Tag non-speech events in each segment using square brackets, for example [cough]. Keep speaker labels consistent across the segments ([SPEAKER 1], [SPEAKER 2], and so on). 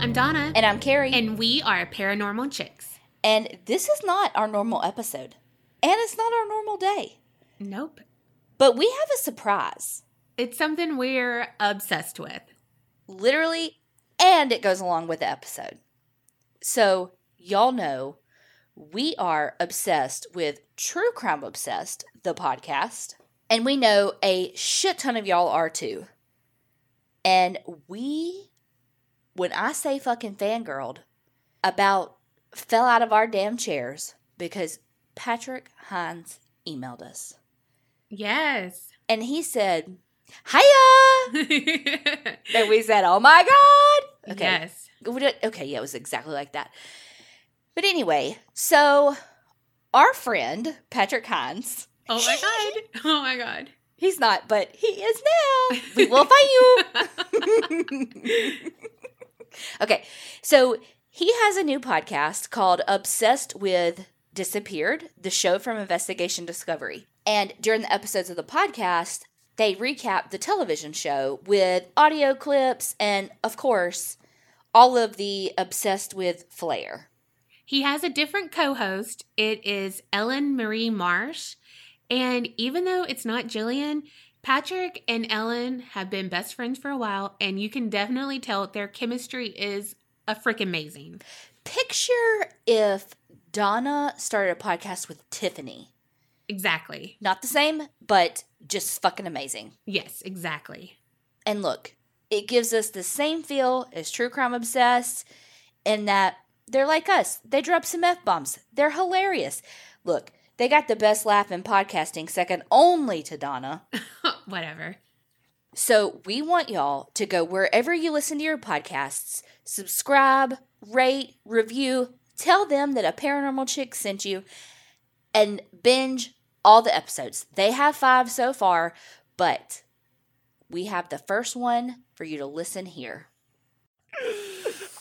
[SPEAKER 1] I'm Donna.
[SPEAKER 2] And I'm Carrie.
[SPEAKER 1] And we are Paranormal Chicks.
[SPEAKER 2] And this is not our normal episode. And it's not our normal day.
[SPEAKER 1] Nope.
[SPEAKER 2] But we have a surprise.
[SPEAKER 1] It's something we're obsessed with.
[SPEAKER 2] Literally, and it goes along with the episode. So, y'all know we are obsessed with True Crime Obsessed, the podcast. And we know a shit ton of y'all are too. And we, when I say fucking fangirled, about fell out of our damn chairs because Patrick Hines emailed us.
[SPEAKER 1] Yes. [laughs]
[SPEAKER 2] And he said, Hiya! and we said, Oh my God! Okay.
[SPEAKER 1] Yes.
[SPEAKER 2] We don't- Okay, yeah, it was exactly like that. But anyway, so our friend, Patrick Hines,
[SPEAKER 1] Oh my god.
[SPEAKER 2] [laughs]
[SPEAKER 1] Oh my god.
[SPEAKER 2] he's not, but he is now. We will find you. [laughs] okay, so he has a new podcast called Obsessed with Disappeared, the show from Investigation Discovery. And during the episodes of the podcast, they recap the television show with audio clips and, of course, all of the Obsessed with flair.
[SPEAKER 1] He has a different co host. It is Ellen Marie Marsh. And even though it's not Jillian, Patrick and Ellen have been best friends for a while, and you can definitely tell their chemistry is a freaking amazing.
[SPEAKER 2] Picture if Donna started a podcast with Tiffany.
[SPEAKER 1] Exactly.
[SPEAKER 2] Not the same, but just fucking amazing.
[SPEAKER 1] Yes, exactly. [laughs]
[SPEAKER 2] And look, it gives us the same feel as True Crime Obsessed in that they're like us. They drop some F bombs. They're hilarious. Look, they got the best laugh in podcasting, second only to Donna.
[SPEAKER 1] Whatever.
[SPEAKER 2] So we want y'all to go wherever you listen to your podcasts, subscribe, rate, review, tell them that a paranormal chick sent you, and binge all the episodes. They have five so far, but we have the first one for you to listen here.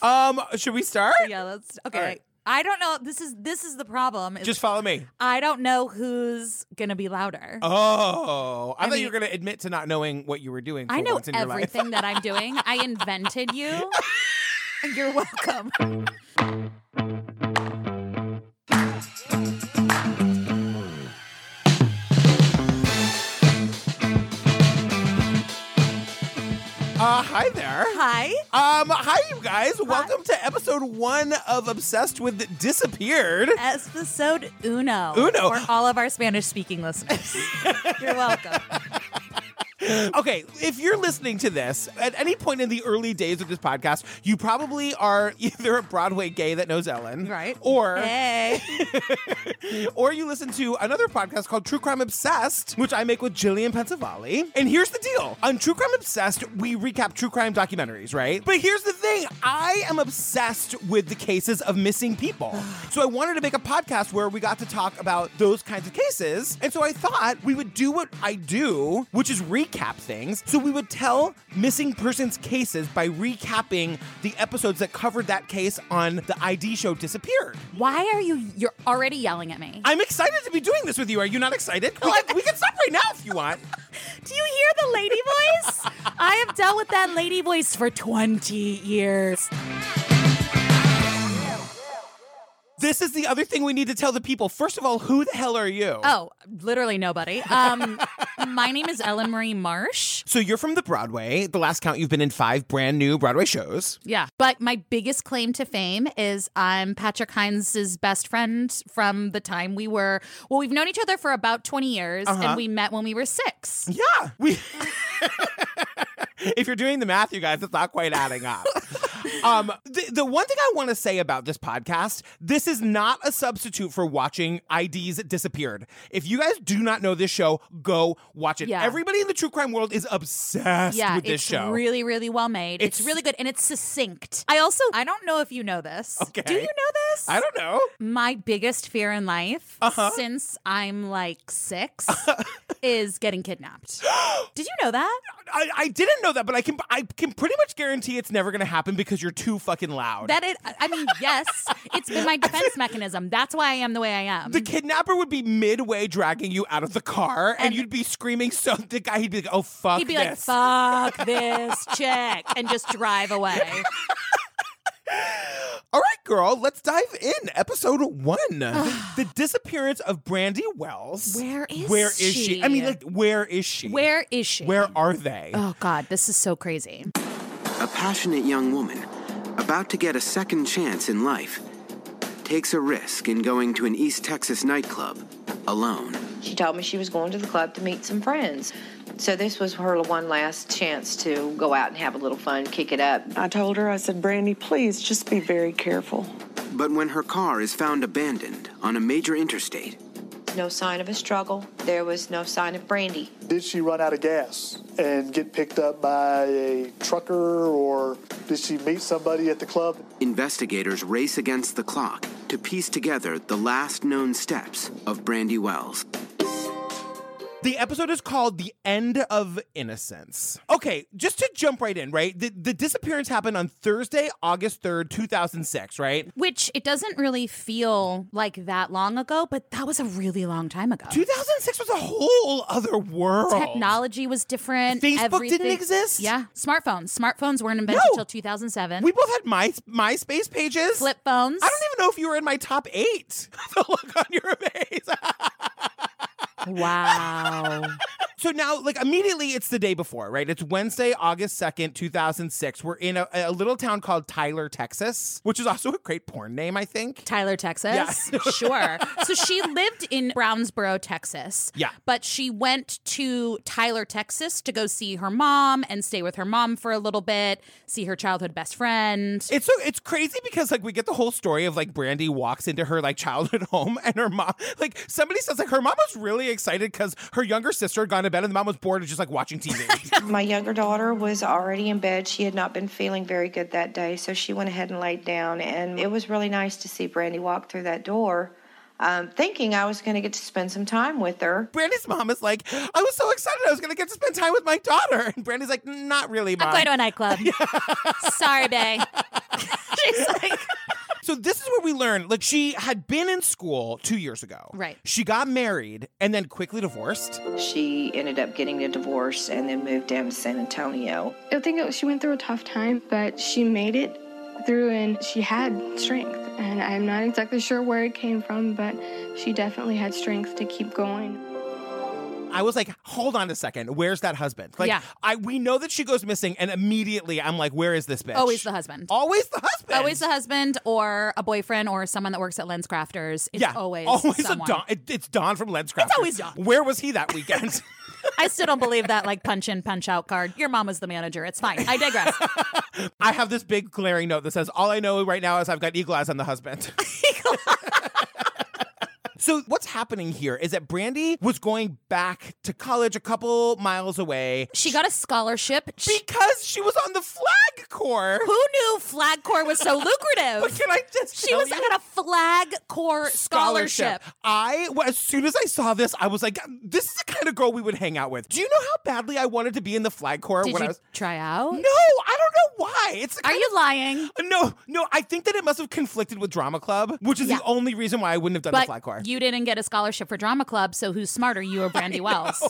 [SPEAKER 3] Um, should we start? [laughs]
[SPEAKER 4] yeah, that's okay.
[SPEAKER 3] right.
[SPEAKER 4] I don't know. This is this is the problem. Is
[SPEAKER 3] Just follow me.
[SPEAKER 4] I don't know who's gonna be louder.
[SPEAKER 3] Oh, I,
[SPEAKER 4] I
[SPEAKER 3] thought you
[SPEAKER 4] mean-
[SPEAKER 3] were going to admit to not knowing what you were doing. For
[SPEAKER 4] I know
[SPEAKER 3] once in Your life.
[SPEAKER 4] everything that I'm doing.
[SPEAKER 3] [laughs]
[SPEAKER 4] I invented you. You're welcome.
[SPEAKER 3] Uh, hi there.
[SPEAKER 4] Hi.
[SPEAKER 3] Um, hi you guys. Welcome to episode one of Obsessed with Disappeared.
[SPEAKER 4] Episode Uno.
[SPEAKER 3] Uno.
[SPEAKER 4] For all of our Spanish
[SPEAKER 3] [laughs]
[SPEAKER 4] speaking listeners. You're welcome.
[SPEAKER 3] Okay, if you're listening to this at any point in the early days of this podcast, you probably are [laughs] either a Broadway gay that knows Ellen,
[SPEAKER 4] Right.
[SPEAKER 3] Or
[SPEAKER 4] Hey.
[SPEAKER 3] or you listen to another podcast called True Crime Obsessed, which I make with Jillian Pensavalli. And here's the deal on True Crime Obsessed, we recap true crime documentaries, right? But here's the thing I am obsessed with the cases of missing people. So I wanted to make a podcast where we got to talk about those kinds of cases. And so I thought we would do what I do, which is recap things. So we would tell missing persons cases by recapping the episodes that covered that case on the ID show Disappeared.
[SPEAKER 4] Why are you you're already yelling at me?
[SPEAKER 3] I'm excited to be doing this with you. Are you not excited? We can, we can stop right now if you want.
[SPEAKER 4] Do you hear the lady voice? [laughs] I have dealt with that lady voice for 20 years.
[SPEAKER 3] This is the other thing we need to tell the people. First of all, who the hell are you?
[SPEAKER 4] Oh, literally nobody. Um, [laughs] my name is Ellen Marie Marsh.
[SPEAKER 3] So you're from the Broadway. The last count, you've been in five brand new Broadway shows.
[SPEAKER 4] Yeah. But my biggest claim to fame is I'm Patrick Hines' best friend from the time we were, well, we've known each other for about 20 years
[SPEAKER 3] Uh-huh.
[SPEAKER 4] and we met when we were six.
[SPEAKER 3] Yeah. We. [laughs] if you're doing the math, you guys, it's not quite adding up.
[SPEAKER 4] [laughs]
[SPEAKER 3] um, the, the one thing I want to say about this podcast, this is not a substitute for watching IDs Disappeared. If you guys do not know this show, go watch it.
[SPEAKER 4] Yeah.
[SPEAKER 3] Everybody in the true crime world is obsessed
[SPEAKER 4] yeah,
[SPEAKER 3] with this
[SPEAKER 4] it's
[SPEAKER 3] show.
[SPEAKER 4] really, really well made. It's,
[SPEAKER 3] It's-
[SPEAKER 4] really good and it's succinct. I also, I don't know if you know [laughs] this.
[SPEAKER 3] Okay.
[SPEAKER 4] Do you know this?
[SPEAKER 3] I don't Uh-huh. know.
[SPEAKER 4] my biggest fear in life since I'm like
[SPEAKER 3] [laughs]
[SPEAKER 4] six is
[SPEAKER 3] [gasps]
[SPEAKER 4] getting kidnapped. Did you know that?
[SPEAKER 3] I, I didn't know that, but I can I can pretty much guarantee it's never gonna happen because you're too fucking loud.
[SPEAKER 4] That it, I mean, yes, it's been my defense mechanism. That's why I am the way I am.
[SPEAKER 3] the kidnapper would be midway dragging you out of the car, and, you'd be screaming. So the guy, he'd be like, "Oh fuck!"
[SPEAKER 4] He'd be
[SPEAKER 3] this.
[SPEAKER 4] like, fuck this chick, and just drive away.
[SPEAKER 3] girl, let's dive in. Episode one The disappearance of Brandy Wells.
[SPEAKER 4] Where is
[SPEAKER 3] Where is she? I mean,
[SPEAKER 4] she?
[SPEAKER 3] like, where is she?
[SPEAKER 4] Where is she?
[SPEAKER 3] Where are they?
[SPEAKER 4] Oh God, this is so crazy.
[SPEAKER 5] A passionate young woman, about to get a second chance in life, takes a risk in going to an East Texas nightclub alone.
[SPEAKER 6] She told me she was going to the club to meet some friends. So this was her one last chance to go out and have a little fun, kick it up.
[SPEAKER 7] I told her, I said, Brandy, please just be very careful.
[SPEAKER 5] But when her car is found abandoned on a major interstate,
[SPEAKER 6] No sign of a struggle. There was no sign of Brandy.
[SPEAKER 8] Did she run out of gas and get picked up by a trucker, or did she meet somebody at the club?
[SPEAKER 5] investigators race against the clock to piece together the last known steps of Brandy Wells.
[SPEAKER 3] The episode is called The End of Innocence. Okay, just to jump right in, right? The, the disappearance happened on Thursday, August 3rd, 2006, right?
[SPEAKER 4] Which it doesn't really feel like that long ago, but that was a really long time ago.
[SPEAKER 3] 2006 was a whole other world.
[SPEAKER 4] Technology was different.
[SPEAKER 3] Facebook didn't
[SPEAKER 4] everything-
[SPEAKER 3] exist?
[SPEAKER 4] Yeah, smartphones. Smartphones weren't invented
[SPEAKER 3] No.
[SPEAKER 4] until 2007.
[SPEAKER 3] We both had my MySpace pages.
[SPEAKER 4] flip phones.
[SPEAKER 3] I don't even know if you were in my top eight. [laughs] the look on your face. [laughs]
[SPEAKER 4] Wow.
[SPEAKER 3] so now, like immediately, it's the day before, right? It's Wednesday, August second, two thousand six. We're in a, a little town called Tyler, Texas, which is also a great porn name, I think.
[SPEAKER 4] Tyler, Texas.
[SPEAKER 3] Yeah. [laughs]
[SPEAKER 4] sure. So she lived in Brownsboro, Texas.
[SPEAKER 3] Yeah.
[SPEAKER 4] But she went to Tyler, Texas to go see her mom and stay with her mom for a little bit, see her childhood best friend.
[SPEAKER 3] It's so it's crazy because like we get the whole story of like Brandy walks into her like childhood [laughs] home and her mom like somebody says like her mom was really excited because her younger sister had gone to bed and the mom was bored of just like watching
[SPEAKER 4] [laughs]
[SPEAKER 3] TV.
[SPEAKER 6] My younger daughter was already in bed. She had not been feeling very good that day, so she went ahead and laid down. And it was really nice to see Brandy walk through that door, um, thinking I was going to get to spend some time with her.
[SPEAKER 3] Brandy's mom is like, I was so excited I was gonna get to spend time with my daughter. And Brandy's like, not really, mom.
[SPEAKER 4] I'm going to
[SPEAKER 3] [laughs]
[SPEAKER 4] a nightclub. Sorry, Bay. [laughs] She's like,
[SPEAKER 3] So this is where we learn like she had been in school two years ago.
[SPEAKER 4] Right.
[SPEAKER 3] She got married and then quickly divorced.
[SPEAKER 6] She ended up getting a divorce and then moved down to San Antonio.
[SPEAKER 9] I think it- she went through a tough time, but she made it through and she had strength. And I'm not exactly sure where it came from, but she definitely had strength to keep going.
[SPEAKER 3] I was like, hold on a second, where's that husband? Like
[SPEAKER 4] Yeah.
[SPEAKER 3] I we know that she goes missing and immediately I'm like, where is this bitch?
[SPEAKER 4] always the husband.
[SPEAKER 3] Always the husband.
[SPEAKER 4] Always the husband or a boyfriend or someone that works at Lens Crafters. It's
[SPEAKER 3] Yeah,
[SPEAKER 4] always,
[SPEAKER 3] a
[SPEAKER 4] someone.
[SPEAKER 3] Don. It, it's Don from Lenscrafters. It's
[SPEAKER 4] always Don.
[SPEAKER 3] Where was he that weekend?
[SPEAKER 4] [laughs] I still don't believe that like punch in, punch out card. Your mom was the manager. It's fine.
[SPEAKER 3] [laughs]
[SPEAKER 4] I digress.
[SPEAKER 3] I have this big glaring note that says, "All I know right now is I've got eagle eyes on the
[SPEAKER 4] [laughs]
[SPEAKER 3] husband." So what's happening here is that Brandy was going back to college a couple miles away
[SPEAKER 4] She got a scholarship. She-
[SPEAKER 3] because she was on the flag corps.
[SPEAKER 4] who knew Flag Corps
[SPEAKER 3] [laughs]
[SPEAKER 4] was so
[SPEAKER 3] But
[SPEAKER 4] lucrative?
[SPEAKER 3] can I just
[SPEAKER 4] She
[SPEAKER 3] tell
[SPEAKER 4] was
[SPEAKER 3] you?
[SPEAKER 4] at a Flag Corps scholarship.
[SPEAKER 3] I well, as soon as I saw this, I was like, "This is the kind of girl we would hang out with." Do you know how badly I wanted to be in the flag corps
[SPEAKER 4] Did
[SPEAKER 3] when I
[SPEAKER 4] you
[SPEAKER 3] was?
[SPEAKER 4] try out?
[SPEAKER 3] No, I don't know why. It's the
[SPEAKER 4] Are you lying?
[SPEAKER 3] No, no, I think that it must have conflicted with Drama Club, which is
[SPEAKER 4] Yeah.
[SPEAKER 3] the only reason why I wouldn't have done the flag choir.
[SPEAKER 4] But you didn't get a scholarship for drama club, so who's smarter,
[SPEAKER 3] [laughs]
[SPEAKER 4] you or Brandy Wells?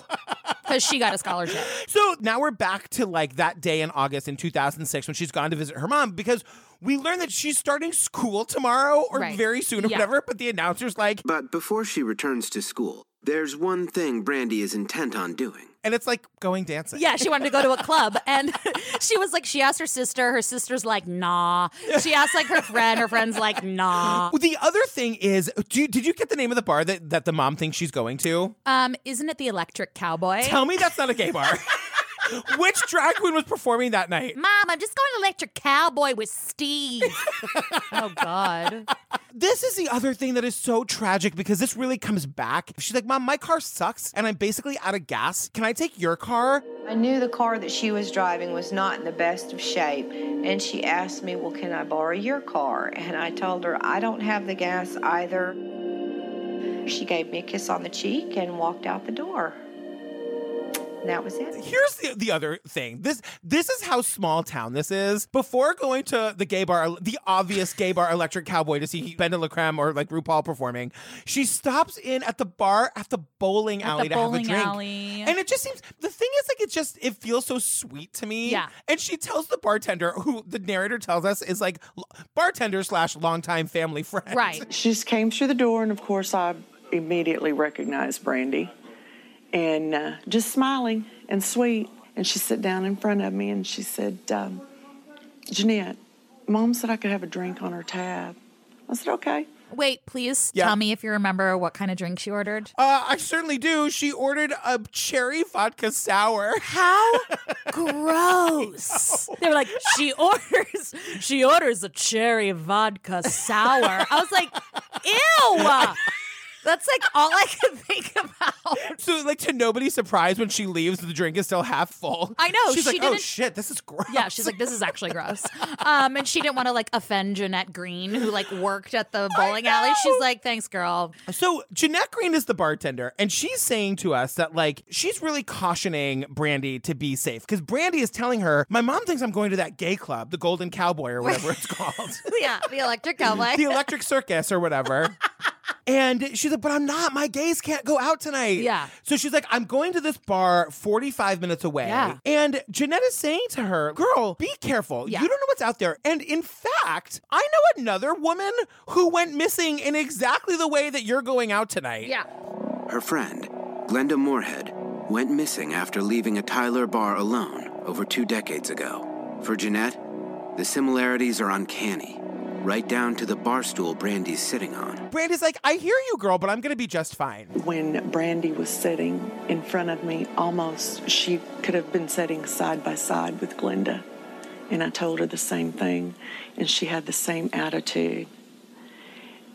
[SPEAKER 4] Because she got a scholarship.
[SPEAKER 3] so now we're back to like that day in August in 2006 when she's gone to visit her mom because we learn that she's starting school tomorrow or
[SPEAKER 4] Right.
[SPEAKER 3] very soon or
[SPEAKER 4] Yeah.
[SPEAKER 3] whatever. But the announcer's like,
[SPEAKER 5] But before she returns to school, there's one thing Brandy is intent on doing.
[SPEAKER 3] and it's like going dancing.
[SPEAKER 4] Yeah, she wanted to go to a club, and [laughs] she was like, she asked her sister. Her sister's like, nah. She asked like her friend. Her friend's
[SPEAKER 3] [laughs]
[SPEAKER 4] like, nah.
[SPEAKER 3] Well, the other thing is, do you, did you get the name of the bar that, that the mom thinks she's going to?
[SPEAKER 4] Um, isn't it the Electric Cowboy?
[SPEAKER 3] Tell me that's not a gay bar. [laughs] Which drag queen was performing that night?
[SPEAKER 4] Mom, I'm just going to Electric Cowboy with Steve. [laughs] oh God.
[SPEAKER 3] This is the other thing that is so tragic because this really comes back. She's like, Mom, my car sucks and I'm basically out of gas. Can I take your car?
[SPEAKER 6] I knew the car that she was driving was not in the best of shape, and she asked me, Well, can I borrow your car? And I told her, I don't have the gas either. She gave me a kiss on the cheek and walked out the door. And that was it.
[SPEAKER 3] Here's the, the other thing. This this is how small town this is. Before going to the gay bar, the obvious gay bar Electric Cowboy to see Ben de la Creme or like RuPaul performing, she stops in at the bar at the bowling
[SPEAKER 4] At the
[SPEAKER 3] alley to have
[SPEAKER 4] bowling
[SPEAKER 3] a drink.
[SPEAKER 4] alley.
[SPEAKER 3] And it just seems the thing is like it just it feels so sweet to me.
[SPEAKER 4] Yeah.
[SPEAKER 3] And she tells the bartender, who the narrator tells us is like l- bartender slash longtime family friend.
[SPEAKER 4] Right.
[SPEAKER 7] She just came through the door, and of course, I immediately recognized Brandy and uh, just smiling and sweet. And she sat down in front of me and she said, um, Jeanette, mom said I could have a drink on her tab. I said, okay.
[SPEAKER 4] Wait, please
[SPEAKER 3] Yeah.
[SPEAKER 4] tell me if you remember what kind of drink she ordered.
[SPEAKER 3] Uh, I certainly do. She ordered a cherry vodka sour. [laughs]
[SPEAKER 4] How gross. They were like, she orders she orders a cherry vodka sour. I was like, ew. That's like all I could think about.
[SPEAKER 3] So, like, to nobody's surprise, when she leaves, the drink is still half full.
[SPEAKER 4] I know,
[SPEAKER 3] She's
[SPEAKER 4] she
[SPEAKER 3] like, oh
[SPEAKER 4] didn't-
[SPEAKER 3] shit, this is gross.
[SPEAKER 4] Yeah, she's like, this is actually gross. Um, and she didn't want to like offend Jeanette Green, who like worked at the bowling alley. She's like, thanks, girl.
[SPEAKER 3] So, Jeanette Green is the bartender, and she's saying to us that, like, she's really cautioning Brandy to be safe because Brandy is telling her, my mom thinks I'm going to that gay club, the Golden Cowboy or whatever it's called,
[SPEAKER 4] Yeah, the electric
[SPEAKER 3] [laughs]
[SPEAKER 4] cowboy.
[SPEAKER 3] the Electric Circus or whatever. And she's like, but I'm not. My gays can't go out tonight.
[SPEAKER 4] Yeah.
[SPEAKER 3] So she's like, I'm going to this bar 45 minutes away.
[SPEAKER 4] Yeah.
[SPEAKER 3] And Jeanette is saying to her, girl, be careful.
[SPEAKER 4] Yeah.
[SPEAKER 3] You don't know what's out there. And in fact, I know another woman who went missing in exactly the way that you're going out tonight.
[SPEAKER 4] yeah.
[SPEAKER 5] Her friend, Glenda Moorhead, went missing after leaving a Tyler bar alone over two decades ago. For Jeanette, the similarities are uncanny, right down to the bar stool Brandy's sitting on.
[SPEAKER 3] Brandy's like, I hear you, girl, but I'm going to be just fine.
[SPEAKER 7] When Brandy was sitting in front of me, almost she could have been sitting side by side with Glenda. And I told her the same thing, and she had the same attitude.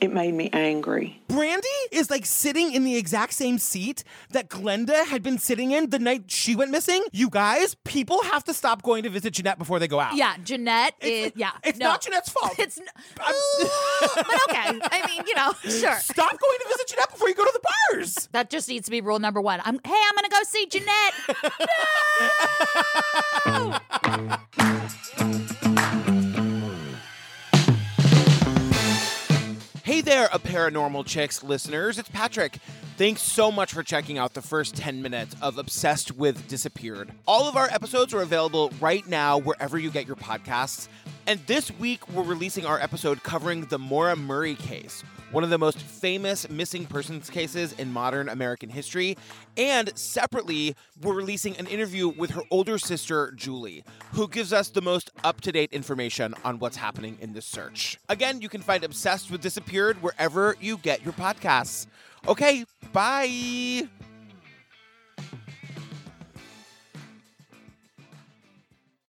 [SPEAKER 7] It made me angry.
[SPEAKER 3] Brandy is like sitting in the exact same seat that Glenda had been sitting in the night she went missing. You guys, people have to stop going to visit Jeanette before they go out.
[SPEAKER 4] Yeah, Jeanette is.
[SPEAKER 3] It's-
[SPEAKER 4] Yeah,
[SPEAKER 3] it's
[SPEAKER 4] no.
[SPEAKER 3] not Jeanette's fault.
[SPEAKER 4] It's n-
[SPEAKER 3] I'm- [laughs]
[SPEAKER 4] but okay. I mean, you know, sure.
[SPEAKER 3] Stop going to visit Jeanette before you go to the bars.
[SPEAKER 4] That just needs to be rule number one. I'm hey, I'm gonna go see Jeanette. No!
[SPEAKER 3] Hey there, a paranormal chicks listeners. It's Patrick. Thanks so much for checking out the first 10 minutes of Obsessed with Disappeared. All of our episodes are available right now wherever you get your podcasts. And this week, we're releasing our episode covering the Maura Murray case, one of the most famous missing persons cases in modern American history. And separately, we're releasing an interview with her older sister, Julie, who gives us the most up to date information on what's happening in this search. Again, you can find Obsessed with Disappeared wherever you get your podcasts. Okay, bye.